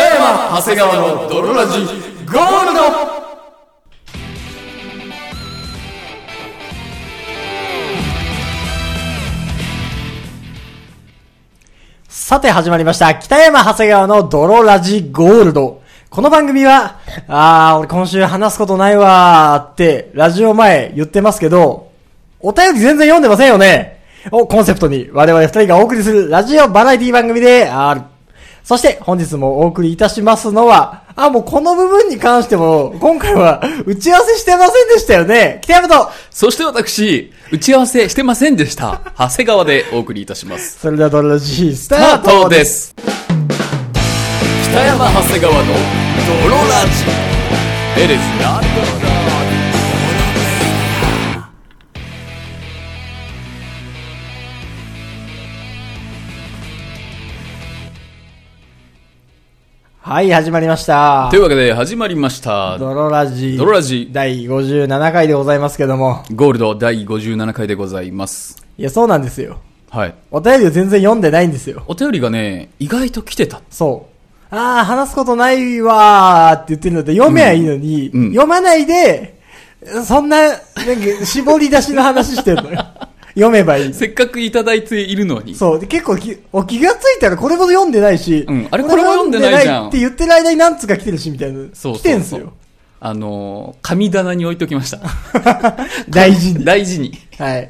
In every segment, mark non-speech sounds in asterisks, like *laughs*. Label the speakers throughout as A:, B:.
A: 長谷川の泥ラジゴールド
B: さて始まりました。北山長谷川の泥ラジゴールド。この番組は、あー、俺今週話すことないわーって、ラジオ前言ってますけど、お便り全然読んでませんよね。をコンセプトに我々二人がお送りするラジオバラエティ番組である。そして本日もお送りいたしますのは、あ、もうこの部分に関しても、今回は打ち合わせしてませんでしたよね。北山と、
A: そして私、打ち合わせしてませんでした。長谷川でお送りいたします。
B: それでは泥ラジスタ
A: スタ
B: ー
A: ート
B: ト
A: で
B: です。
A: す。北山長谷川の泥ラジ。It is not
B: はい、始まりました。
A: というわけで始まりました。
B: ドロラジ。
A: ドロラジ
B: 第57回でございますけども。
A: ゴールド第57回でございます。
B: いや、そうなんですよ。
A: はい。
B: お便りを全然読んでないんですよ。
A: お便りがね、意外と来てた。
B: そう。あー、話すことないわーって言ってるので、読めばいいのに、
A: うんうん
B: 読まないで、そんな、なんか、絞り出しの話して
A: *laughs*
B: るのよ。読めばいい。
A: せっかくいただいているのに。
B: そう。で結構き、お気がついたらこれほど読んでないし、
A: うんあれこれも読んでないじゃん
B: これも読でないって言ってる間に何つか来てるし、みたいな。
A: そうそうそう
B: 来てんす
A: *laughs*
B: よ。
A: あのー、神棚に置いておきました。
B: 大事
A: *laughs*
B: に。
A: 大事に。
B: はい。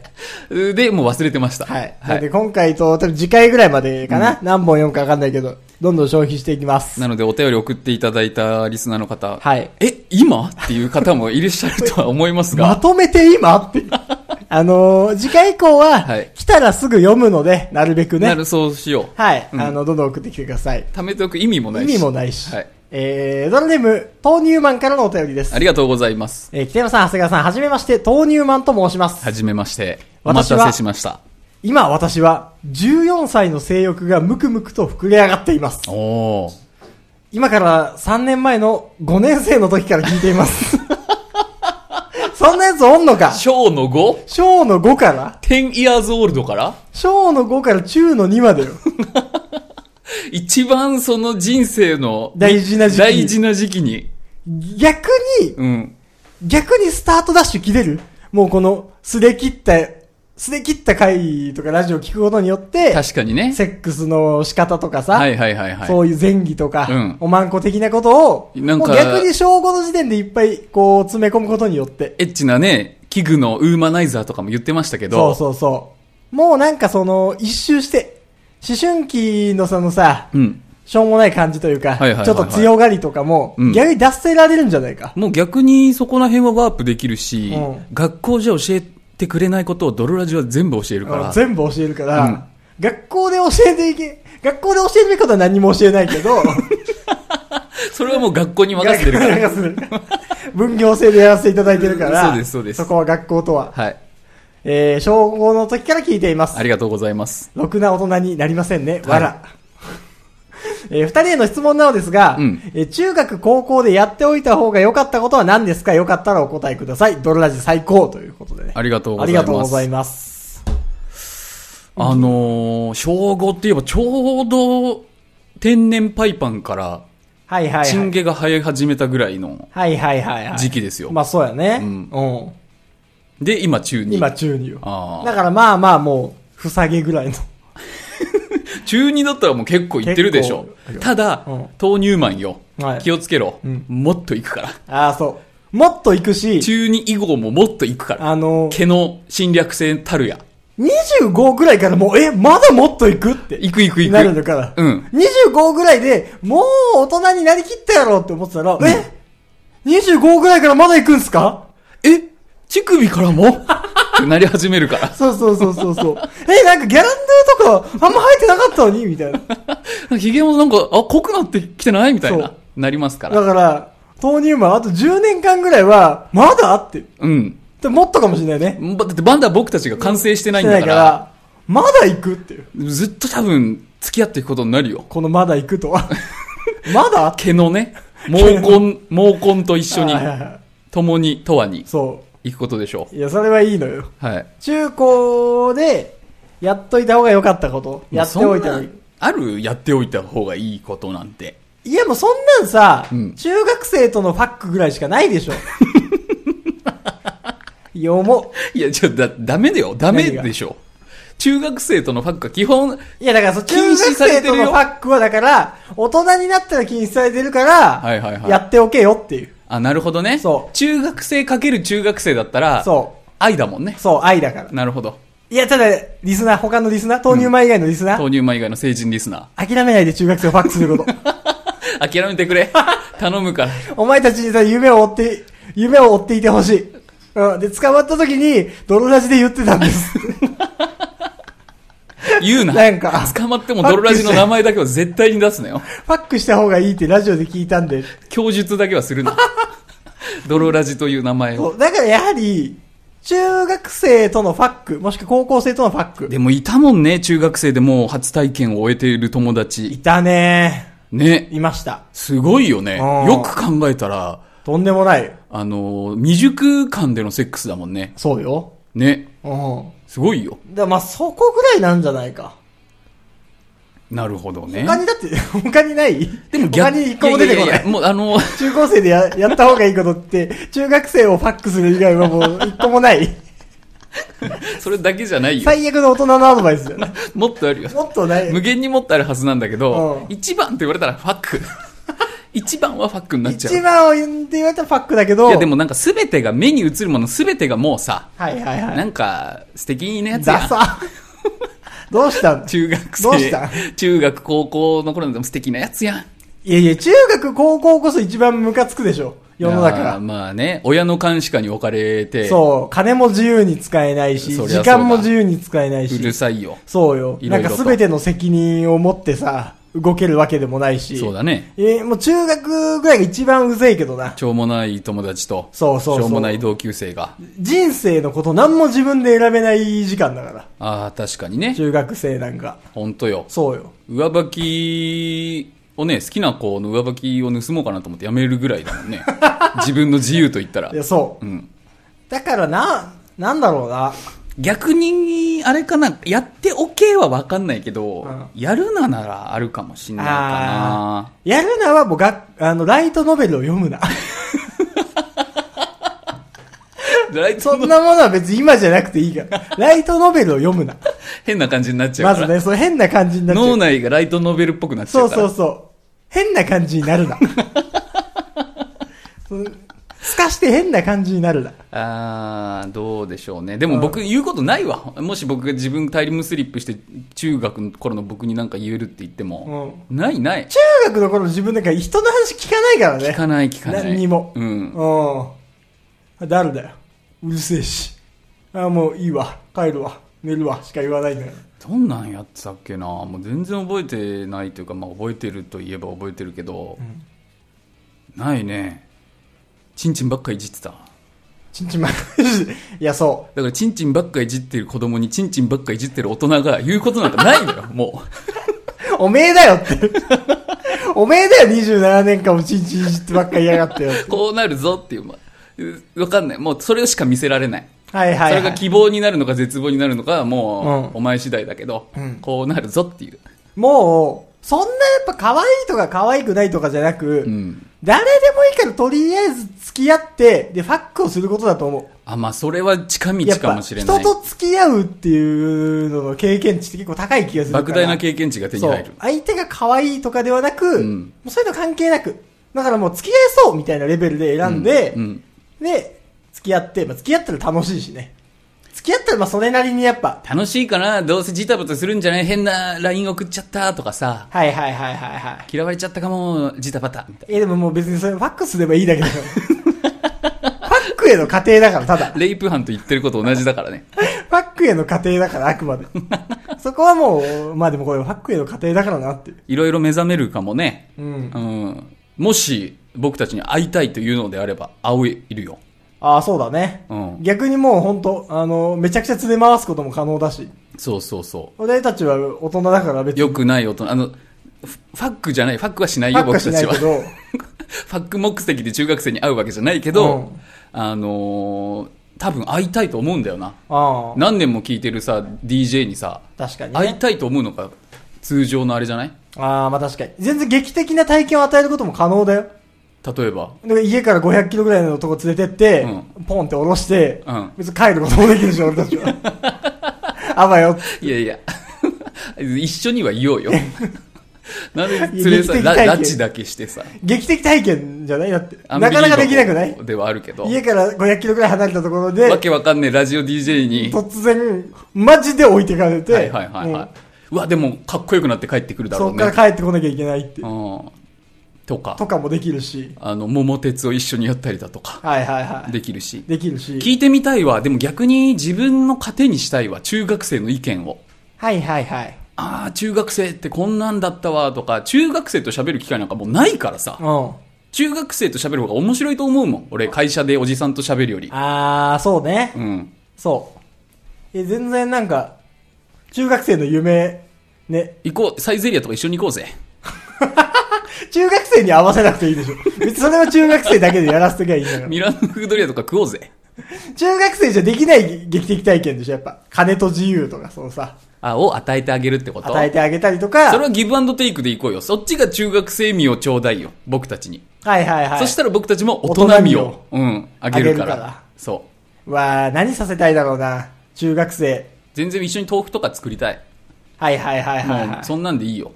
A: で、もう忘れてました。
B: はい。なんで今回と、多分次回ぐらいまでかな、何本読むかわかんないけど、どんどん消費していきます。
A: なので、お便り送っていただいたリスナーの方、
B: はい
A: え、今っていう方もいらっしゃるとは思います
B: *laughs* ま
A: が、
B: とめて今
A: *laughs*
B: って。あのー次回以降は、
A: はい
B: 来たらすぐ読むので、なるべく
A: な
B: ね。
A: るそうしよう。
B: はい、
A: うん
B: あの、どんどん送ってきてください。
A: 貯めておく意味もな
B: 意
A: いし。
B: 味もないし。
A: はい
B: えー、ドラネーム、豆乳マンからのお便りです
A: あ。りがとうございます。
B: えー、北山さん、長谷川さん、はじめまして、豆乳マンと申します。
A: はじめまして。お待
B: 私は
A: たせしました。
B: 今、私は、14歳の性欲がムクムクと膨れ上がっています。
A: おー。
B: 今から3年前の5年生の時から聞いています。 *laughs* そんなやつおんのか
A: 小の 5?10
B: 小の5から
A: イヤーズオールドから
B: 小の5から中の2までよ。
A: 一番その人生の
B: 大事な時期
A: 大事な時期に。
B: 逆に、
A: うん。
B: 逆にスタートダッシュ切れるもうこの、すれ切った、すれ切った回とかラジオ聞くことによって、
A: 確かにね。
B: セックスの仕方とかさ、
A: はいはいはいはい。
B: そういう前儀とか、
A: うん
B: おまんこ的なことを、
A: なんか
B: もう逆に小5の時点でいっぱいこう詰め込むことによって、
A: エッチなね、器具のウーマナイザーとかも言ってましたけ
B: そ
A: ど、
B: うそうそう。もうなんかその、一周して、思春期のそのさ、
A: うん。
B: しょうもない感じというか、
A: はいはいはいはい
B: ちょっと強がりとかも、
A: うん
B: 逆に脱せられるんじゃないか。
A: もう逆にそこら辺はワープできるし、
B: うん
A: 学校じゃ教えてくれないことをドロラジは全部教えるから、
B: 全部教えるか
A: うん
B: ら、学校で教えていけ、学校で教えるべきことは何も教えないけど、
A: それはもう学校に *laughs* 任せてるから。
B: 学校で *laughs* 任せる分業制でやらせていただいてるから、
A: そうですそうです
B: こは学校とは。
A: はい。
B: えー、小5の時から聞いています
A: あ。りがとうございます。
B: ろくな大人になりませんね。
A: は
B: わ
A: い
B: ら。えー二人への質問なのですが、
A: うん
B: えー中学、高校でやっておいた方が良かったことは何ですかよかったらお答えください。ドルラジ最高ということでね。
A: ありがとうご
B: あり
A: ざいま
B: が
A: す。
B: とうござい
A: ま
B: ます。
A: す。あのー、小5って言えばちょうど天然パイパンから
B: はいはい、はい。
A: チンゲが生え始めたぐらいの、
B: はいはいはいはい。
A: 時期ですよ
B: まあそうやね。
A: う
B: うんん。
A: で、今中2。
B: 今中二よ。
A: あー
B: だからまあまあもう、ふさげぐらいの。 *laughs*
A: 中2だったらもう結構いってるでしょ
B: 結構いる。よ
A: ただ、
B: うん
A: 豆乳マンよ。
B: はい
A: 気をつけろ、
B: うん
A: もっと行くから。
B: ああ、そう。もっと行くし、
A: 中2以後ももっと行くから。
B: あの、
A: 毛の侵略性たるや。
B: 25ぐらいからもう、え、まだもっと行くって。
A: 行く行く行く。
B: なるのから。
A: うん。
B: 25ぐらいで、もう大人になりきったやろって思ってたら、え ?25 ぐらいからまだ行くんすか
A: え乳首からもってなり始めるか
B: そうそうそうそう
A: *laughs*
B: そう。え、なんかギャランドゥとか、あんま生えてなかったのにみたいな。
A: ら。 *laughs* ヒゲもなんか、あ、濃くなってきてないみたいな
B: そう。
A: なりますから。
B: だから、豆乳マンあと10年間ぐらいは、まだって。
A: うん。
B: でもっとかもしれないね。
A: だってまだ僕たちが完成してないん
B: して
A: だ
B: ない
A: か、
B: からら、まだ行くっていう。
A: ずっと多分付き合っていくことになるよ。
B: このまだ行くと
A: *laughs*
B: は。まだ
A: 毛のね、毛根、毛根と一緒に
B: はい、はいはい
A: 共に、とわに
B: そ
A: 行くことでしょ
B: う。いや、それはいいのよ。
A: う。はい。
B: 中高で、やっといた方が良かったこと。やっておいた
A: まあ
B: ら
A: そんなあるやっておいた方がいいことなんて。
B: いやもうそんなんさ、
A: うん
B: 中学生とのファックぐらいしかないで
A: *laughs*
B: しょ。よも。
A: いや、ちょ、だ、ダメだよ。ダメでしょ。中学生とのファックは基本、
B: いやだからその
A: 禁止
B: 中学
A: され
B: 生
A: てる
B: と
A: よ
B: のファックはだから、大人になったら禁止されてるから、
A: はいはいはい
B: やっておけよっていう。
A: あ、なるほどね。
B: そう
A: 中学生かける中学生だったら、
B: そ
A: 愛だもんね
B: う。。そう、愛だから。
A: なるほど。
B: いや、ただ、リスナー、他のリスナー、豆乳前以外のリスナー、
A: 豆乳マ以外の成人リスナ
B: 諦めないで中学生をファックすること。
A: *laughs* ー。諦めて
B: *laughs*
A: くれ。頼むから。
B: お前たちにさ、夢を追って、夢を追っていてほしい。うん。で、捕まった時に、泥ラジで言ってたん
A: *laughs*
B: です。
A: 言うな。
B: なんか
A: 捕まっても泥ラジの名前だけは絶対に出すなよ。
B: ファックした方がいいってラジオで聞いたんで。
A: 供述だけは
B: *laughs*
A: するな。泥ラジという名前を。
B: そう。だからやはり、中学生とのファック、もしくは高校生とのファック。
A: でもいたもんね、中学生でもう初体験を終えている友
B: い
A: 達。
B: たね
A: ね。
B: いました。
A: すごいよね。
B: うん
A: よく考えたら、
B: とんでもない。
A: あの、未熟感でのセックスだもんね。
B: そうよ。
A: ね。
B: うん。
A: すごいよ。
B: だからまあ、そこぐらいなんじゃないか。
A: なるほどね。
B: 他にだって、 *laughs* 他にない
A: でも
B: 他
A: 逆
B: に一個も出てこない。
A: やややもうあの、 *laughs*
B: 中高生でややった方がいいことって、中学生をファックする以外はも
A: *laughs*
B: う一個もない。
A: それだけじゃないよ。
B: 最悪の大人のアドバイスだよね。
A: もっとあるよ。
B: もっとない。
A: 無限に持ってあるはずなんだけど、
B: うん
A: 一番って言われたらファック。 *laughs* 一番はファックになっちゃう。
B: 一番を言って言われたらファックだけど。
A: いやでもなんか全てが、目に映るもの全てがもうさ、
B: はいはいは。
A: ないんか素敵なやつや
B: ダ
A: ん。
B: サ。 *laughs* どうしたん
A: 中学
B: どうした
A: 生、中学高校の頃でも素敵なやつやん。
B: いやいや、中学、高校こそ一番ムカつくでしょ。世の中
A: あー
B: が。
A: まあね、親の監視下に置かれて、
B: そう。金も自由に使えないし、
A: そりゃそう
B: 時
A: だ
B: 間も自由に使えないうし。
A: るさいよ。
B: そうよ。
A: いろいろと
B: なんか全ての責任を持ってさ、動けるわけでもないし。
A: そうだね。
B: えーもう中学ぐらいが一番うぜいけどな。
A: しょうもない友達と、
B: そうそうそう
A: しょうもない同級生が。
B: 人生のこと何も自分で選べない時間だから。
A: ああ、確かにね。
B: 中学生なんか。
A: ほんとよ。
B: そうよ。
A: 上履きをね、好きな子の上履きを盗もうかなと思ってやめるぐらいだ
B: *laughs*
A: もんね。自分の自由と言ったら
B: い。や、そう。
A: うん。
B: だからな、なんだろうな。
A: 逆に、あれかな、やっておけはわかんないけど、
B: うん
A: やるなならあるかもしんないかな。
B: やるなはもうが、あの、ライトノベルを読むな。
A: ライト
B: そん
A: の
B: なものは別に今じゃなくていい
A: *laughs*
B: から。ライトノベルを読むな。
A: 変な感じになっちゃ
B: ま
A: うか
B: ず
A: ら。
B: ね、そう変な感じになっちゃ
A: 脳
B: う。
A: 内がライトノベルっぽくなっちゃ
B: そう
A: うから。
B: そうそう。変な感じにな
A: *laughs*
B: るな。そうすかして変な感じになるな。
A: あー、どうでしょうね。でも僕言うことないわ。もし僕が自分タイムスリップして中学の頃の僕になんか言えるって言っても、ないない。
B: 中学の頃自分なんか人の話聞かないからね。
A: 聞かない聞かない。
B: 何にも。
A: うん。
B: うん。誰だよ。うるせえし。あ、もういいわ。帰るわ。寝るわ。しか言わないんだよ。
A: どんなんやってたっけなもう全然覚えてないというか、まあ、覚えてるといえば覚えてるけど、ないねチンチンばっかいじってただか
B: ちんちんまん。いや、そう。
A: らチンチンばっかいじってる子供にチンチンばっかいじってる大人が言うことなんかないのよも
B: おめえだよ
A: *laughs*
B: って。おめえだよ、27年間もちんちんいじってばっかりやがってよって
A: うこうなるぞっていう、まあうわかんないもうそれしか見せられない
B: はいはい、
A: それ
B: は
A: が
B: い。
A: 希望になるのか絶望になるのかはも
B: うん
A: うお前次第だけど、
B: うん
A: こうなるぞっていう、
B: もう、そんなやっぱ可愛いとか可愛くないとかじゃなく、
A: うん、
B: 誰でもいいからとりあえず付き合って、で、ファックをすることだと思
A: あまあそれは近
B: う。
A: 道
B: やっ
A: か
B: ぱ、
A: もしれ
B: 人
A: ない
B: と付き合うっていうのの経験値って結構高い気がするから。
A: 莫大な経験値が手に入
B: そう
A: る
B: 相手が可愛いとかではなく、
A: うん
B: もうそういうの関係なく、だからもう付き合えそうみたいなレベルで選んで、
A: うんうん
B: で、付き合って、まあ、付き合ったら楽しいしね。付き合ったらまあそれなりにやっぱ、
A: 楽しいかなどうせジタバタするんじゃない変な LINE 送っちゃったとかさ、
B: はいはいはいはいはい。
A: 嫌われちゃったかも、ジタバタみたい
B: え、でももう別にそれファックスでもいいだけだから。 *laughs* ファックへの過程だから、ただ。
A: な。レイプ犯と言ってること同じだからね。
B: ファックへの過程だから、あくまで。そこはもう、まあでもこれファックへの過程だからなっていう。
A: いろいろ目覚めるかもね。
B: うん。
A: うん。もし、僕たちに会いたいというのであれば、会えるよ。
B: ああ、そうだね。
A: うん
B: 逆にもう本当あの、めちゃくちゃ連れ回すことも可能だし。
A: そうそうそ
B: 俺たちは大人だから別
A: う。
B: に。
A: よくない大人。あの、フファックじゃない、ファックはしない
B: パ
A: よ、
B: ックは
A: 僕
B: したな
A: ち
B: い
A: は。
B: け
A: フ
B: ど、
A: ァック目的で中学生に会うわけじゃないけど、
B: うん
A: あのー多分会いたいと思うんだよな。
B: あ
A: 何年も聞いてるさ、DJ にさ、
B: あ、確かに
A: 会い
B: ね。
A: たいと思うのが通常のあれじゃない
B: ああ、まあ確かに。全然劇的な体験を与えることも可能だよ。
A: 例えば。
B: だから家から500キロぐらいのとこ連れてって、
A: う
B: ポンって下ろして、
A: うん
B: 別に帰ることもできるし、俺たちは。
A: *laughs*
B: あばよ。
A: いやいや、 *laughs* 一緒には言お
B: *laughs*
A: うよ。なんで連れさ、
B: いや劇的体験
A: ラ拉致だけしてさ。
B: 劇的体験じゃないだって。
A: ア
B: な
A: ンビリ
B: か
A: ー
B: な
A: バボ
B: かできなくない
A: ではあるけど。
B: 家から500キロぐらい離れたところ
A: わ
B: で、
A: けわかんねえラジオ DJ に。は
B: 突然、マジで置いてかれて、
A: いはいはいは
B: も
A: い。うわ、でもかっこよくなって帰ってくる
B: う
A: だろ
B: そうっ
A: ね
B: か。ら帰ってこなきゃいけないって。
A: うん。とか
B: と、かもできるし。
A: あの、桃鉄を一緒にやったりだとか、
B: はいはいはい。
A: できるし。
B: できるし。
A: 聞いてみたいわ。でも逆に自分の糧にしたいわ。中学生の意見を。
B: はいはいはい。
A: ああ、中学生ってこんなんだったわとか、中学生と喋る機会なんかもうないからさ。
B: うん。
A: 中学生と喋る方が面白いと思うもん。俺、会社でおじさんと喋るより。
B: あー、そうね。
A: うん。
B: そう。え、全然なんか、中学生の夢、ね、
A: 行こう、サイゼリアとか一緒に行こうぜ。
B: 中学生に合わせなくていいでしょ。別にそれは中学生だけでやらせときゃいいんだから。
A: ミラノフードリアとか食おうぜ。
B: 中学生じゃできない劇的体験でしょ、やっぱ。金と自由とか、そのさ、
A: あ、を与えてあげるってこと
B: 与えてあげたりとか。
A: それはギブアンドテイクで行こうよ。そっちが中学生味をちょうだいよ。僕たちに。
B: はいはいはい。
A: そしたら僕たちも大人味を、うん、あげるか
B: あげるからら。
A: そう。
B: わー、何させたいだろうな。中学生。
A: 全然一緒に豆腐とか作りたい。
B: はいはいはいはい、
A: も
B: は
A: う、
B: い。
A: そんなんでいいよ。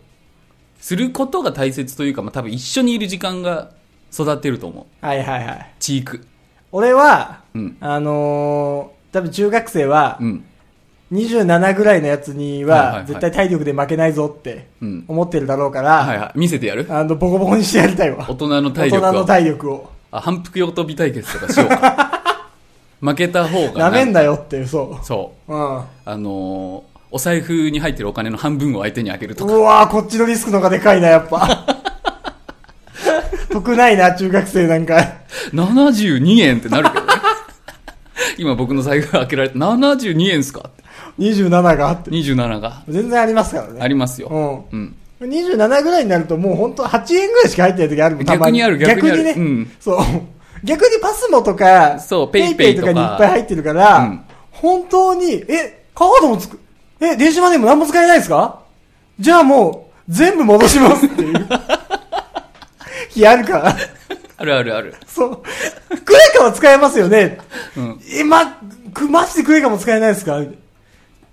A: することが大切というか、まあ、多分一緒にいる時間が育てると思う。
B: はいはいはい。
A: チーク。
B: 俺は、
A: うん
B: あのー、多分中学生は
A: う、ん。
B: 27ぐらいのやつに
A: はいはいは
B: は、
A: い
B: 絶対体力で負けないぞって
A: うん。
B: 思ってるだろうか
A: はい
B: ら、
A: はい。見せてやる
B: あの、ボコボコにしてやりたいわ
A: 大。人の
B: 大
A: 体力
B: 人
A: を。
B: の体力を。
A: あ、反復横跳び対決とかしようか。
B: *laughs*
A: 負けた方
B: な
A: が
B: めん
A: だ。
B: だよっていう、そ
A: そう。
B: う。うん。う
A: あのーお財布に入ってるお金の半分を相手にあげるとか。
B: わーこっちのリスクの方がでかいな、やっぱ。 *laughs* 得ないな、中学生なんか。
A: 72円ってなるけ
B: *laughs*
A: どね。今僕の財布が開けられて、72円っすかって。
B: 27があって。
A: 27が。
B: 全然ありますからね。
A: あります
B: う
A: よ。
B: ん。
A: うん。
B: 27ぐらいになるともう本当8円ぐらいしか入ってない時あるもんたま
A: 逆にある逆にある
B: ね、
A: うん
B: そう。逆にパスモとか、
A: そう
B: ペイペ
A: PayPay
B: イと
A: と
B: か
A: か
B: にいっぱい入ってるから、
A: うん
B: 本当に、え、カードもつく、え、電子マネーも何も使えないですかじゃあもう、全部戻しますって
A: *laughs*
B: いう。日あるから。
A: あるあるある。
B: そう。クレカは使えますよね。
A: うん。
B: え、ま、く、マジでクレカも使えないですか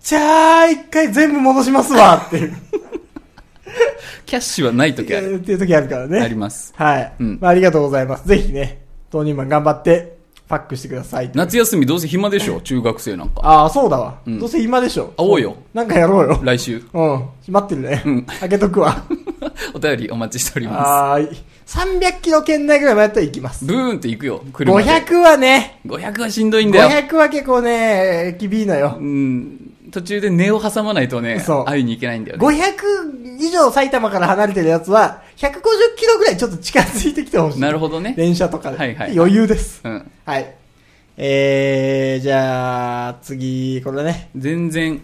B: じゃあ、一回全部戻しますわっていう。
A: キャッシュはない
B: っ
A: 時
B: て
A: ある。
B: いう時あるからね。
A: あります。
B: はい。
A: うん
B: まあ、ありがとうございます。ぜひね、当人マン頑張って、パックしてください。
A: 夏休みどうせ暇でしょ中学生なんか。
B: ああ、そうだわ。
A: うん
B: どうせ今でしょ。
A: 会おうよ。
B: なんかやろうよ。
A: 来週。 *laughs*
B: うん。待ってるね。
A: うん
B: 開けとくわ。
A: お便りお待ちしておりま
B: はーい。300キロ圏内ぐらいまでやったら行きます
A: す。。ブーンって行くよ。車で。
B: 500はね、
A: 500はしんどいんだよ。
B: 500は結構ね、厳しいのよ
A: う。ん、途中で根を挟まないとね
B: そう、
A: 会いに行けないんだよね。
B: 500以上埼玉から離れてるやつは、150キロぐらいちょっと近づいてきてほしい。
A: なるほどね。
B: 電車とかで。
A: はいはい
B: 余裕です。
A: うん。
B: はい。えー、じゃあ、次、これね。
A: 全然、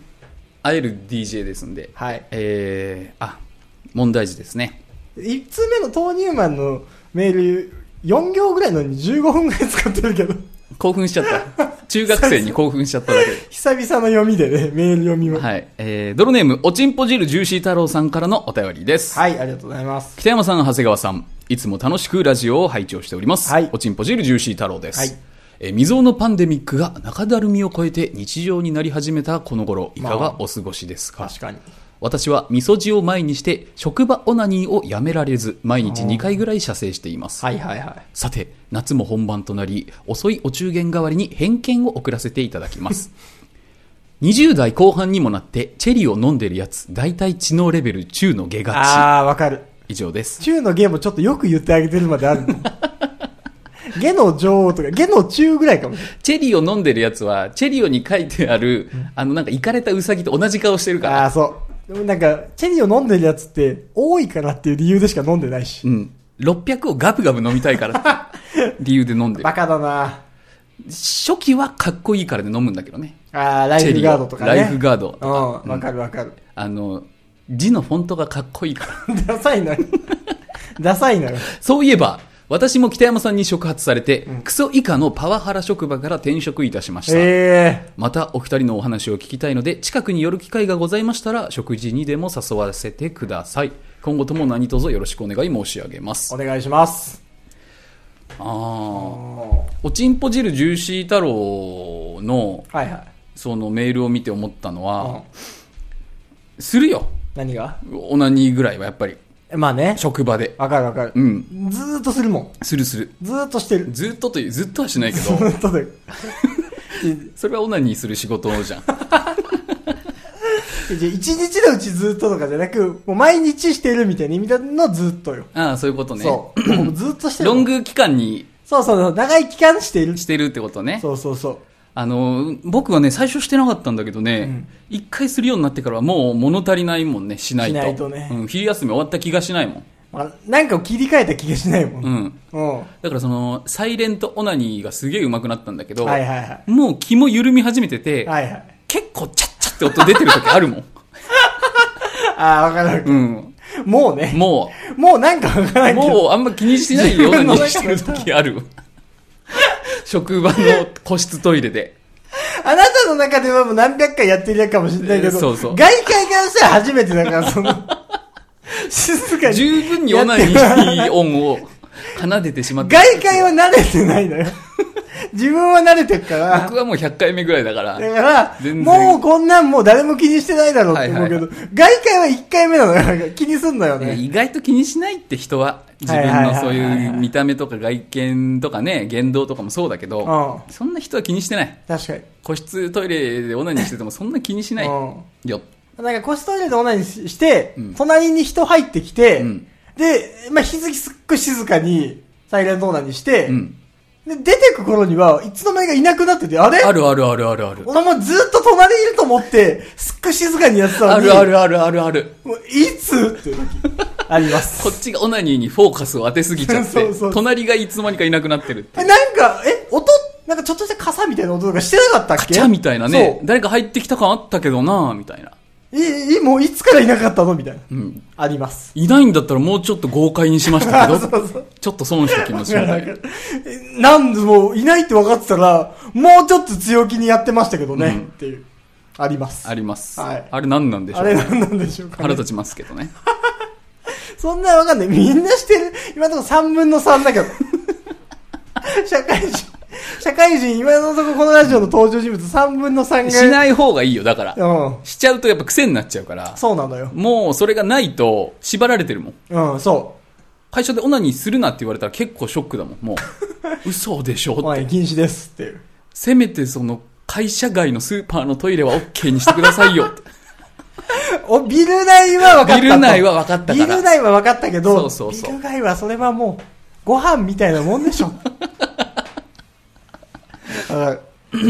A: 会える DJ ですんで。
B: はい。
A: えー、あ、問題児ですね。
B: 1通目の豆乳マンのメール、4行ぐらいのに15分ぐらい使ってるけど、 *laughs*
A: 興奮しちゃった。中学生に興奮しちゃっただけで。
B: 久々の読みでね、メール読みます。
A: はい。えー、ドロネーム、おちんぽ汁ジューシー太郎さんからのお便りです。
B: はい、ありがとうございます。
A: 北山さん、長谷川さん、いつも楽しくラジオを拝聴しております。
B: はい
A: おちんぽ汁ジューシー太郎です。
B: はい
A: えー未曾有のパンデミックが中だるみを超えて日常になり始めたこの頃、いか
B: まあ
A: がお過ごしですか、
B: 確かに。
A: 私は味噌汁を前にして職場オナニーをやめられず毎日2回ぐらい射精しています、
B: はいはいはい。
A: さて夏も本番となり遅いお中元代わりに偏見を送らせていただきます
B: *laughs*
A: 20代後半にもなってチェリーを飲んでるやつ大体知能レベル中の下が
B: あー、わかる。
A: ち以上です
B: 中の芸もちょっとよく言ってあげてるまである
A: *laughs*
B: の。下の女王とか、下の中ぐらいかもしれない。
A: チェリーを飲んでるやつはチェリオに書いてある、あのなんかイカれたウサギと同じ顔してるから
B: ああ、そう。でもなんか、チェリーを飲んでるやつって、多いからっていう理由でしか飲んでないし。
A: うん600をガブガブ飲みたい
B: *laughs*
A: からって理由で飲んでる
B: バカだな
A: 初期はかっこいいからで飲むんだけどね
B: ああ、ライフガードとかね。
A: チェリーライフガードとか
B: うん、わかるわかる。
A: あの、字のフォントがかっこいいから。
B: ダサい
A: *laughs*
B: のよ。ダサいのよ。
A: そういえば、私も北山さんに触発されて、クソ以下のパワハラ職場から転職いたしました。
B: ええ
A: またお二人のお話を聞きたいので、近くに寄る機会がございましたら、食事にでも誘わせてください。今後とも何卒よろしくお願い申し上げます。
B: お願いします。
A: あーおちんぽ汁ジューシー太郎の、
B: はいはい。
A: そのメールを見て思ったのは、
B: うん
A: するよ。
B: 何が
A: オナニーぐらいはやっぱり、
B: まあね。
A: 職場で。
B: わかるわかる
A: う。ん。
B: ずーっとするもん。
A: するする。
B: ずーっとしてる。
A: ずっとという、ずっとはしないけ
B: ず
A: *laughs* ど、
B: ーっとで。
A: それはオナニーする仕事じゃん。
B: 一日のうちずーっととかじゃなく、もう毎日してるみたいな意味でのずーっとよ。
A: ああ、そういうことね。
B: そう。もうずーっとしてる
A: ロ
B: もん。
A: ング期間に
B: そうそうそう。長い期間してる。
A: してるってことね。
B: そうそうそう。
A: あの、僕はね、最初してなかったんだけどね、一、回するようになってからはもう物足りないもんね、しないと。
B: しないとね
A: うん、昼休み終わった気がしないもん。
B: まあ、なんかを切り替えた気がしないもん。う
A: う
B: ん。
A: ん。だからその、サイレントオナニーがすげえ上手くなったんだけど、
B: はいはいは
A: もう気も緩み始めてて、
B: い。はいはい。
A: 結構チャッチャって音出てる時あるもん。
B: ああ、わかるわかる。
A: うん。
B: もうね。
A: も
B: もうなんかわ *laughs* から
A: う、
B: んけど。
A: もうあんま気にしてない
B: 自
A: よう
B: 分
A: な
B: の中
A: にしてる時
B: *laughs*
A: ある。職場の個室トイレで。
B: あなたの中ではもう何百回やってるやつかもしれないけど、
A: えーそうそう
B: 外界からしたら初めてだから、
A: *laughs*
B: その、静かに。
A: 十分にオナニー音を奏でてしまって。
B: 外界は慣れてないのよ。自分は慣れてるから
A: 僕、はもう100回目ぐらいだか
B: だ
A: ら。
B: から、
A: 全然
B: もうこんなんもう誰も気にしてないだろうって思うけど、外界は1回目なのよ。なんか気にすんだよ
A: ね
B: ね。
A: 意外と気にしないって人は、自分のそう
B: はいはいはい
A: い
B: は
A: う
B: い
A: 見た目とか外見とかね、言動とかもそうだけど、
B: う
A: そんな人は気にしてない。
B: 確かに。
A: 個室トイレでオナニーしててもそんな気にしない
B: うん
A: よ。
B: なんか個室トイレでオナニーしして、
A: ん
B: 隣に人入ってきて、
A: うん
B: で、まあ、引き続きすっごい静かに、サイレントオナニーして、
A: うん。
B: で、出てく頃には、いつの間にかいなくなってて、あれ
A: あるあるあるあるある。
B: 俺もずっと隣にいると思って、すっごい静かにやってたのに。
A: あるあるあるあるある。
B: もういつっていう時、あります。
A: こっちがオナニーにフォーカスを当てすぎちゃっ
B: そう
A: て
B: そうそ、う
A: 隣がいつの間にかいなくなってるって
B: え、
A: いう。
B: なんか、え、音、なんかちょっとした傘みたいな音とかしてなかったっけ
A: チャみたいなね、
B: そ
A: 誰か入ってきた感あったけどなみたいな。
B: う。い、い、もういつからいなかったのみたいな。
A: うん。
B: あります。
A: いないんだったらもうちょっと豪快にしましたけ
B: *laughs* そ
A: ど、
B: うそう。
A: ちょっと損した気もしま
B: な
A: す
B: ん
A: ね。
B: か *laughs* えなんでもういないって分かってたら、もうちょっと強気にやってましたけどね。
A: うん
B: っていう。あります。
A: あります。
B: はい
A: あれ何なんでしょ
B: あ
A: うね
B: れなんなんでしょうか、ね。
A: 腹立ちますけ
B: *laughs*
A: どね。
B: そんなわかんない。みんなしてる。今のところ3分の3だけど。
A: *laughs*
B: 社会人、社会人、今のところこのラジオの登場人物3分の3が。
A: し
B: い。
A: ない方がいいよ、だから。
B: うん。
A: しちゃうとやっぱ癖になっちゃうから、
B: そうなのよ。
A: もうそれがないと縛られてるもん。
B: うん、そ
A: 会社でオナニーするなって言われたら結構ショックだもん、も
B: *laughs*
A: う。嘘でしょ
B: う。
A: っ
B: は
A: て
B: い、。禁止ですっていう。
A: せめてその会社外のスーパーのトイレは OK にしてくださいよ。
B: *laughs* お、ビル内は分かったと。
A: ビル内は分かったから
B: ビル内は分かったけど、
A: そうそうそう
B: ビル外はそれはもう、ご飯みたいなもんでしょ。あ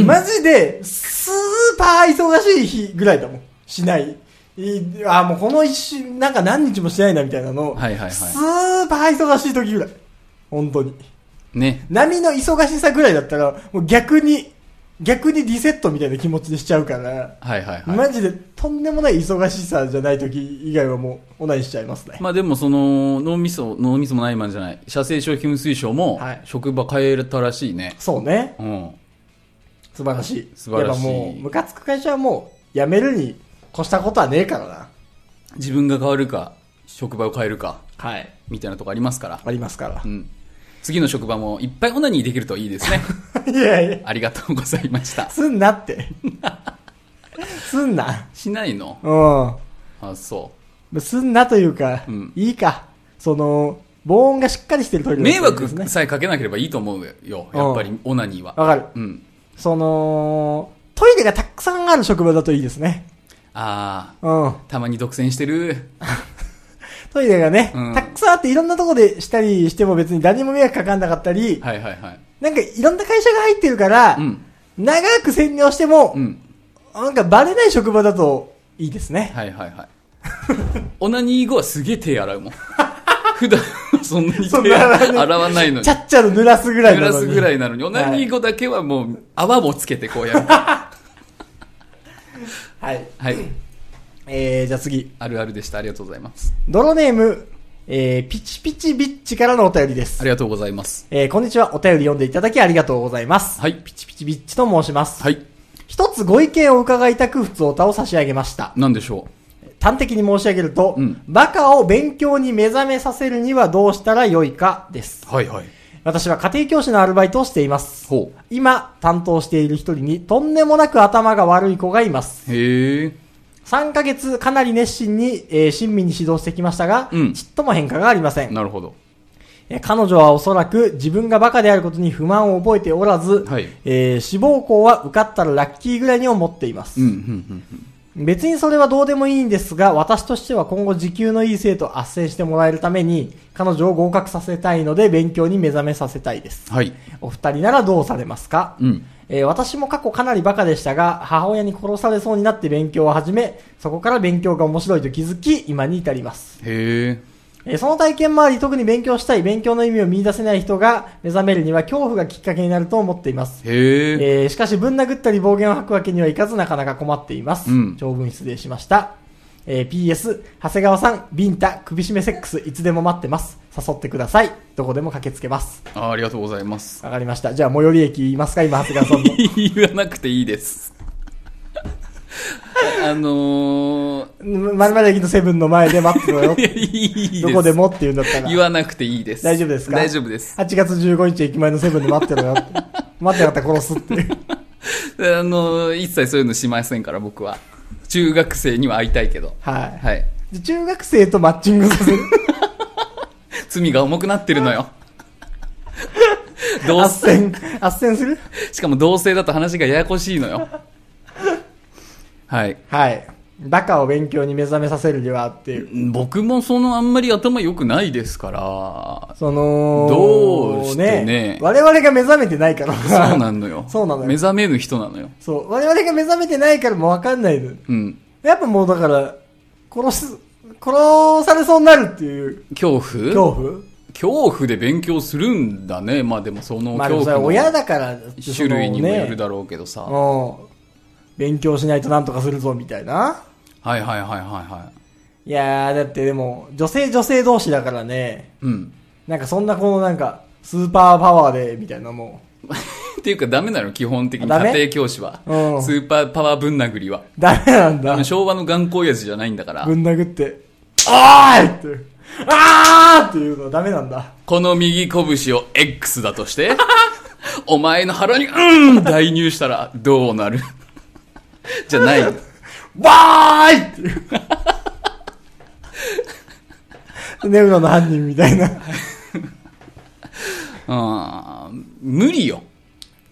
B: マジで、スーパー忙しい日ぐらいだもん。しない。いあ、もうこの一瞬、なんか何日もしないなみたいなの。
A: はいはいはい
B: スーパー忙しい時ぐらい。本当に。
A: ね。
B: 波の忙しさぐらいだったら、もう逆に、逆にリセットみたいな気持ちでしちゃうから。
A: はいはいはい。
B: マジでとんでもない忙しさじゃない時以外はもうオナニーしちゃいますね。
A: まあでもその、脳みそ、脳みそもないマンじゃない。射精消費無水症も
B: はい、
A: 職場変えたらしいね。
B: そうね。
A: うん。
B: 素晴らしい。
A: 素晴らしい
B: やっぱもう、ムカつく会社はもう、辞めるに越したことはねえからな。
A: 自分が変わるか、職場を変えるか、
B: はい。
A: みたいなとこありますから。
B: ありますから
A: う。ん。次の職場もいっぱいオナニーできるとい
B: *laughs*
A: いですね。
B: いやいや、
A: ありがとうございました。
B: すんな
A: *laughs*
B: って。すんな。
A: しないの
B: う
A: あ、そ
B: ん。すんなというか、
A: うん
B: いいか。その、防音がしっかりしてるトイ
A: う。
B: レ
A: 迷
B: だったらいいで
A: 惑
B: す
A: さえかけなければいいと思うよ。やっぱ
B: う
A: りオナニーは。
B: わかる。
A: うん。
B: その、トイレがたくさんある職場だといいですね。
A: ああ、
B: うん。
A: たまに独占してる。
B: トイレがね、
A: うん
B: たくさんあっていろんなとこでしたりしても別に誰にも迷惑かかんなかったり、
A: はいはいはい。
B: なんかいろんな会社が入ってるから、
A: うん。
B: 長く占領しても、
A: うん。
B: なんかバレない職場だといいですね。
A: はいはい
B: *laughs*
A: はい。オナニー後はすげえ手洗うもん。普段はそんなに
B: そん
A: 手
B: な洗わない
A: 洗わないのに
B: ちゃ。っちゃと濡らすぐらい
A: 濡
B: なの
A: ら
B: に。
A: すぐらいなのに、オナニー後だけはもう泡もつけて
B: *laughs*
A: こうやる。
B: はい。
A: はい。
B: えー、じゃあ次。
A: あるあるでした。ありがとうございます。
B: 泥ネーム、えー、ピチピチビッチからのお便りです
A: あ。りがとうございます。
B: えー、こんにちは。お便り読んでいただきありがとうございます。
A: はい。
B: ピチピチビッチと申します。
A: はい。
B: 一つご意見を伺いたく、普通おたを差し上げました。
A: なんでしょう。
B: 端的に申し上げると、
A: うん
B: バカを勉強に目覚めさせるにはどうしたらよいかです。
A: はいはい。
B: 私は家庭教師のアルバイトをしています。
A: ほ
B: 今、担当している一人にとんでもなく頭が悪い子がいます。
A: う。へえ。
B: 3ヶ月かなり熱心に、えー親身に指導してきましたが、
A: うん
B: ちっとも変化がありません。
A: なるほど。
B: えー彼女はおそらく自分がバカであることに不満を覚えておらず、
A: はい
B: えー志望校は受かったらラッキーぐらいに思っています。
A: うん、うん、うんうん。
B: 別にそれはどうでもいいんですが、私としては今後時給のいい生徒を斡旋してもらえるために、彼女を合格させたいので勉強に目覚めさせたいです。
A: はい。
B: お二人ならどうされますか、
A: うん。
B: えー私も過去かなりバカでしたが、母親に殺されそうになって勉強を始め、そこから勉強が面白いと気づき、今に至ります。
A: へえ。
B: えーその体験もあり、特に勉強したい、勉強の意味を見出せない人が目覚めるには恐怖がきっかけになると思っています。
A: へえ。
B: えーしかし、ぶん殴ったり暴言を吐くわけにはいかず、なかなか困っています。
A: うん
B: 長文失礼しました。えー PS、長谷川さん、ビンタ、首絞めセックス、いつでも待ってます。誘ってください。どこでも駆けつけます。
A: あありがとうござ
B: *laughs*
A: います。
B: わかりました。じゃあ、最寄り駅言いますか今、長谷
A: *laughs*
B: 川さんの。
A: 言わなくていいです。あのー、
B: まるまる駅のセブンの前で待ってろよ
A: い。やいいです
B: どこでもって言うんだったら。
A: 言わなくていいです。
B: 大丈夫ですか
A: 大丈夫です。
B: 8月15日駅前のセブンで待ってろよって。待ってなかったら殺すっていう。
A: あの、一切そういうのしませんから、僕は。中学生には会いたいけど。
B: はい。
A: はい。
B: で中学生とマッチングさせる。
A: 罪が重くなってるのよ。
B: *laughs*
A: 同
B: あっ
A: 性、
B: せん、あっせんする
A: しかも同性だと話がややこしいのよ。はい。
B: はい。バカを勉強に目覚めさせるにはっていう。
A: 僕もそのあんまり頭良くないですから、
B: その
A: どうしてね
B: 我々が目覚めてないから。
A: そうなのよ。
B: *laughs* そうなのよ
A: 目覚めぬ人なのよ。
B: そう。我々が目覚めてないからもうわかんないの。
A: うん。
B: やっぱもうだから、殺す、殺されそうになるっていう
A: 恐怖
B: 恐怖
A: 恐怖で勉強するんだね。まあでもその
B: まあで
A: 恐
B: もそれは
A: 怖
B: 親
A: の
B: だから、
A: 種類にもよる
B: ろ
A: だろうけどさ。
B: うん。勉強しないとなんとかするぞみたいな。
A: はいはいはいはいはい
B: やー、だってでも、女性女性同士だからね。
A: い。うん。
B: なんかそんなこのなんか、スーパーパワーで、みたいなも
A: っていうかダメなの基本的に
B: ダメ
A: 家庭教師は、
B: うん
A: スーパーパワーぶん殴りは
B: う。ダメなん
A: あ
B: だ
A: の。昭和の頑固親父じゃないんだから
B: ぶん殴って、おーいっていう。あーっていうのはダメなんだ。
A: この右拳を X だとして
B: *laughs*
A: お前の腹にうん代入したらどうなるじゃ
B: *laughs*
A: ないの
B: わーいっていう。ネウロの犯人みたいな。は
A: うん無理よ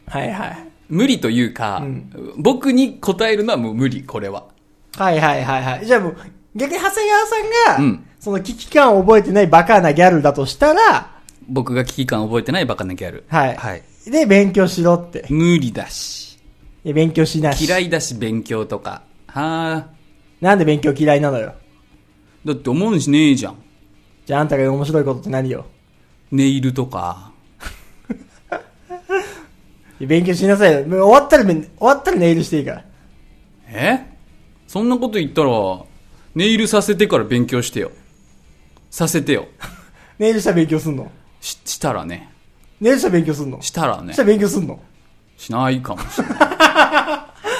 B: いはい。
A: 無理というか、僕に答えるのはもう無理これは
B: はいはいはいはい。じゃあもう、逆に長谷川さんが、
A: うん
B: その危機感を覚えてないバカなギャルだとしたら、
A: 僕が危機感を覚えてないバカなギャル
B: はい。
A: はい、
B: で、勉強しろって。
A: 無理だし
B: いや勉強しなし。
A: 嫌
B: い。
A: いだし勉強とかはあ
B: なんで勉強嫌いなのよ。
A: だって思うしねえじゃん
B: じゃああんたが面白いことって何よ。
A: ネイルとか
B: 勉強しなさいよ。もう終わったらめ、終わったらネイルしていいから。
A: えそんなこと言ったら、ネイルさせてから勉強してよ。させてよ。
B: ネイルしたら勉強すんの。
A: し、したらね。
B: ネイルしたら勉強すんの。し
A: したらね
B: た。ら勉強すんの。
A: しないかもし
B: *laughs*
A: れない。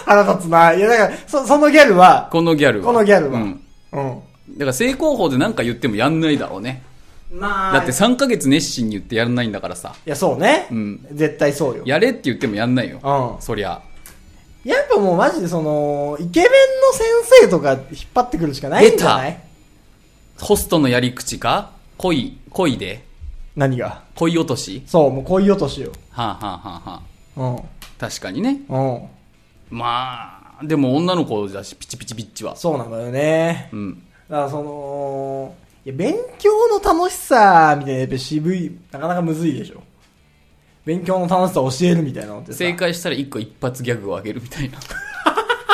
B: 腹立つな。いや、だから、そ、そのギャルは、
A: このギャルは。
B: このギャルは。
A: う
B: うんん。。
A: だから正攻法で何か言ってもやんないだろうね。
B: ま
A: だって
B: い
A: 3ヶ月熱心に言ってやらないんだからさ。
B: や、そうね。
A: うん
B: 絶対そうよ。や
A: やれって言ってもやんないよ。
B: うん
A: そりゃ。
B: っぱもうマジでその、イケメンの先生とか引っ張ってくるしかないんじゃない
A: ホストのやり口か恋、恋で
B: 何が
A: 恋落とし
B: そう、もう恋落としよ。
A: はあ、はあはあはあ、
B: うん。
A: 確かにね。
B: うん。
A: まあ、でも女の子だし、ピチピチピッチは。
B: そうなのよね。
A: うん。
B: だからその、いや、勉強の楽しさ、みたいな、やっぱ渋い、なかなかむずいでしょ。勉強の楽しさを教えるみたいなのってさ。
A: 正解したら一個一発ギャグをあげるみたいな *laughs*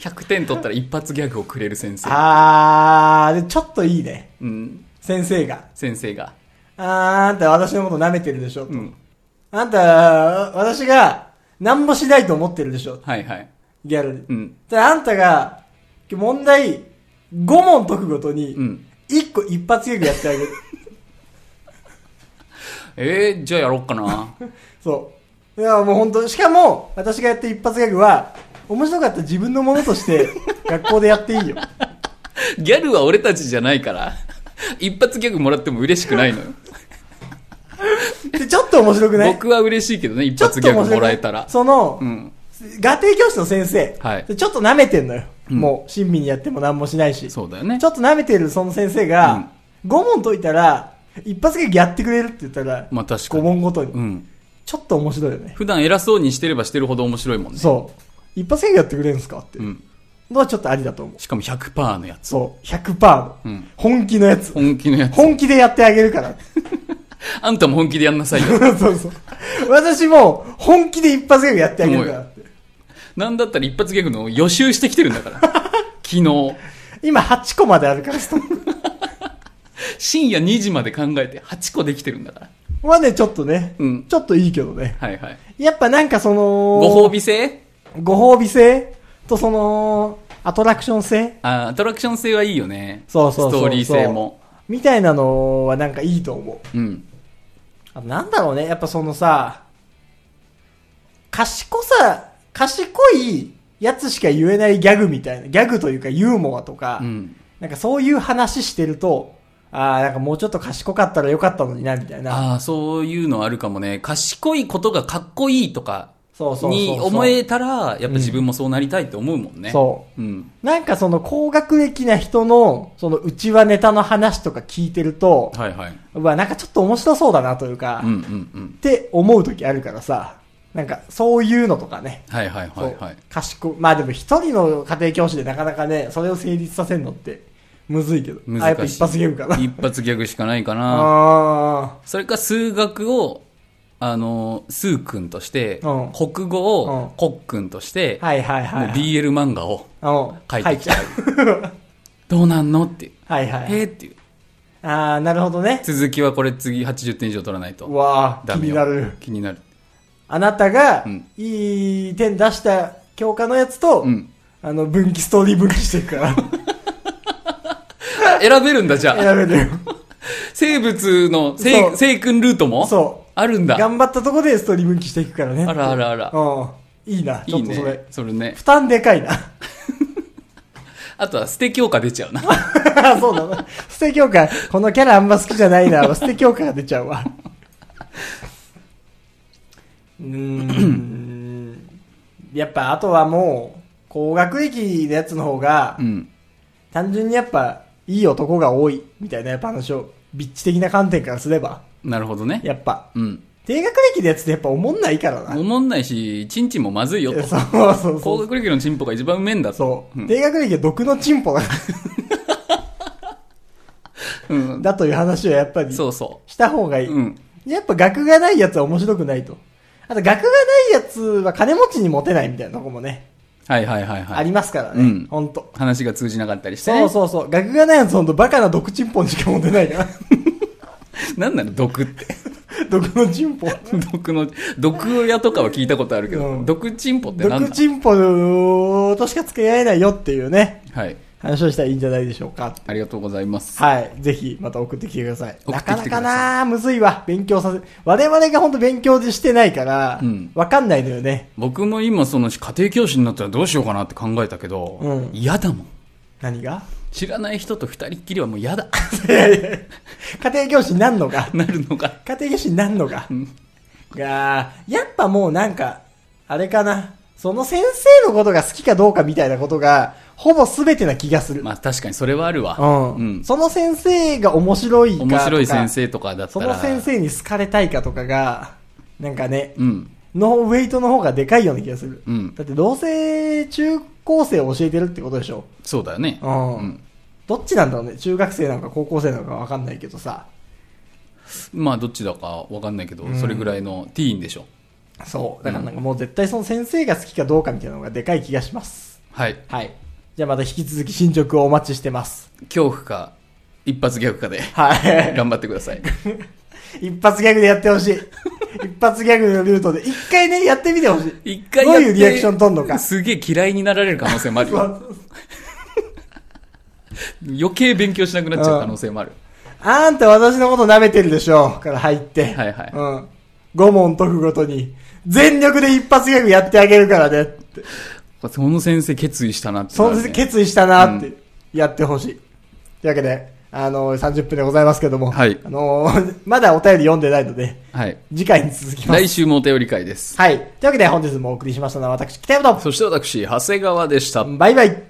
A: 100点取ったら一発ギャグをくれる先生、
B: あー、で、ちょっといいね。
A: うん、
B: 先生が。
A: 先生が、
B: あー、あんた私のこと舐めてるでしょ、と
A: うん、
B: あんた、私が、何もしないと思ってるでしょ、
A: はいはい、
B: ギャルに。
A: うん
B: ただあんたが、問題、5問解くごと
A: う
B: に、
A: ん、
B: 1個一発ギャグやってあげる。 *laughs*
A: えー、じゃあやろう
B: *laughs*
A: かな
B: そう。いや、もう本当しかも、私がやってる一発ギャグは、面白かった自分のものとして、学校でやっていいよ。
A: ギャルは俺たちじゃないから、一発ギャグもらっても嬉しくないのよ。
B: でちょっと面白くない
A: 僕は嬉しいけどね、一
B: ちょっ
A: 発
B: と
A: ギャ
B: 面白
A: グ
B: くない
A: もらえたら。
B: その、
A: うん。
B: 家庭教師の先生、
A: はい
B: でちょっと舐めてんのよ。
A: うん
B: もう、親身にやっても何もしないし。
A: そうだよね
B: ち。ょっと舐めてるその先生が、5問解いたら、一発ギャグやってくれるって言ったら、
A: まあ確か
B: 5
A: に。
B: 問ごとに、
A: うん。
B: ちょっと面白いよね。
A: 普段偉そうにしてればしてるほど面白いもんね。
B: そう。一発ギャグやってくれるんですかって。
A: う
B: の
A: ん。
B: はちょっとありだと思う。
A: しかも100%のやつ。
B: そう。100%、
A: うん
B: 本気のやつ。
A: 本気のやつ。
B: 本気でやってあげる
A: *laughs*
B: から。
A: あんたも本気でやんなさいよ。
B: そうそう。私も、本気で一発ギャグやってあげるからって。
A: なんだったら一発ギャグの予習してきてるん
B: *laughs*
A: だから。昨日、
B: 今8個まであ
A: *laughs*
B: るから、ストック。
A: 深夜2時まで考えて8個できてるんだから。
B: はね、ちょっとね、
A: うん
B: ちょっといいけどね。
A: はいはい。
B: やっぱなんかその、
A: ご褒美性
B: ご褒美性とその、アトラクション性
A: あーアトラクション性はいいよね。
B: そうそうそうそう
A: ストーリー性も。
B: みたいなのはなんかいいと思う。
A: うん。
B: あとなんだろうね、やっぱそのさ、賢さ、賢いやつしか言えないギャグみたいな、ギャグというかユーモアとか、
A: うん。
B: なんかそういう話してると、ああ、なんかもうちょっと賢かったらよかったのにな、みたいな。
A: ああ、そういうのあるかもね。賢いことがかっこいいとか
B: そうそうそうそう。
A: に思えたら、やっぱ自分もそうなりたいって思うもんね。。
B: そう
A: うん。
B: う。なんかその高学歴な人の、その内輪ネタの話とか聞いてると、
A: はいはい。
B: うわ、なんかちょっと面白そうだなというか、
A: うんう
B: っ
A: んうん。
B: て思う時あるからさ、なんかそういうのとかね。
A: はいはい
B: そう
A: はいはい。
B: 賢い。まあでも一人の家庭教師でなかなかね、それを成立させるのって、むずいけど。
A: 難しい。
B: あ、やっぱ一発ゲームかな。
A: 一発ギャグしかないか
B: *laughs*
A: な。
B: あ
A: それか数学を、あの、スー君として、
B: うん
A: 国語を
B: うん
A: コッ君として、
B: あ。はいはい
A: もう
B: はい。
A: BL 漫画を
B: うん
A: 書いてきちゃう。
B: う。 *laughs*
A: どうなんのっていう。
B: はいはい。
A: えーっていう。
B: ああ、なるほどね。
A: 続きはこれ次80点以上取らないと。
B: うわあ、
A: ダ
B: 気
A: メ
B: に
A: よ
B: なる。
A: 気になる。
B: あなたが
A: うん、
B: いい点出した教科のやつと、
A: うん。
B: あの、分岐、ストーリー分岐してるから、
A: 選べるんだ、じ *laughs* ゃあ。
B: 選べるよ。
A: 生物の、
B: そう
A: 生、生君ルートも
B: そう。
A: あるんだ。
B: 頑張ったとこでストーリー分岐していくからね。
A: あらあらあら
B: うん。いいな、ち
A: い
B: ょ
A: い
B: っとそれ。
A: ね。それね。
B: 負担でかいな。 *laughs*
A: あとは捨て強化出ちゃうな。
B: そうだな。捨て教科、このキャラあんま好きじゃないな。捨て教科が出ちゃうわ。うーん。やっぱ、あとはもう、高学歴のやつの方が、
A: うん。
B: 単純にやっぱ、いい男が多い、みたいなやっぱ話を、ビッチ的な観点からすれば、
A: なるほどね。
B: やっぱ、
A: うん。
B: 低学歴のやつってやっぱ思んないからな。
A: おもんないし、チンチンもまずいよと。
B: そうそうそ
A: 高
B: う。
A: 学歴のチンポが一番うめえんだと。
B: そう。
A: ん
B: 低学歴は毒のチン
A: *laughs*
B: ポだ
A: うん。
B: だという話はやっぱり、
A: そうそ
B: した方がいい。
A: う。うん。
B: やっぱ学がないやつは面白くないと。あと学がないやつは金持ちにモテないみたいなとこもね、
A: はいはいはいは
B: あ
A: い。
B: りますからね。
A: うん
B: ほんと。
A: 話が通じなかったりしてね。
B: そうそうそう。学がないやつほんとバカな毒チンポにしかモテない *laughs* から。
A: なんなの毒って。 *laughs*
B: 毒のチンポ。
A: 毒の、毒親とかは聞いたことあるけど、
B: うん
A: 毒チンポってなん
B: 毒
A: だ
B: チンポとしか付き合えないよっていうね、
A: はい。
B: 話をしたらいいんじゃないでしょうか。
A: ありがとうございます。
B: はい。ぜひ、また送ってきてください。
A: 送
B: な
A: って
B: か
A: き
B: な
A: てください
B: かなむずいわ。勉強させ、我々がほんと勉強してないから
A: うん、
B: わかんないのよね。
A: 僕も今その家庭教師になったらどうしようかなって考えたけど、
B: うん
A: 嫌だもん。
B: 何が *laughs*
A: 知らない人と二人っきりはもう嫌だ。 *laughs*
B: いやいや家庭教師になんのか。
A: なるのが。
B: 家庭教師になんのか。が、やっぱもうなんか、あれかな。その先生のことが好きかどうかみたいなことが、ほぼ全てな気がする。
A: まあ確かにそれはあるわ。
B: うん、
A: うん。
B: その先生が面白いかとか。
A: 面白い先生とかだった
B: そ
A: ら。
B: の先生に好かれたいかとかが、なんかね、
A: うん。
B: のウェイトの方がでかいような気がする。
A: うん
B: だってどうせ中高生を教えてるってことでしょ。
A: そうだよね。
B: うん。
A: うん
B: どっちなんだろうね。中学生なのか高校生なのかわかんないけどさ。
A: まあどっちだかわかんないけど、
B: うん
A: それぐらいのティーンでしょ。
B: そう。だからなんかもう絶対その先生が好きかどうかみたいなのがでかい気がします。
A: はい。
B: はい。じゃあまた引き続き進捗をお待ちしてます。
A: 恐怖か、一発ギャグかで
B: は
A: 頑張ってください。
B: い。 *laughs* 一発ギャグでやってほしい。一発ギャグのルートで一回ね、やってみてほしい。
A: 一回
B: どう
A: やって
B: いうリアクション取んのか。
A: すげえ嫌いになられる可能性もある
B: そ
A: よ。
B: う
A: 余計勉強しなくなっちゃう可能性もある。
B: あんた私のこと舐めてるでしょから入って。
A: はいはい
B: うん。5問解くごとに、全力で一発ギャグやってあげるからねって。
A: その先生決意したなってな
B: そ
A: る
B: の
A: ね、
B: 決意したなって。やってほしい。というわけで、あの、30分でございますけども、
A: はい
B: あの、 *laughs* まだお便り読んでないので、
A: はい。
B: 次回に続きます。
A: 来週もお便り会です。
B: はい。というわけで本日もお送りしましたのは私、北山と、
A: そして私、長谷川でした。
B: バイバイ。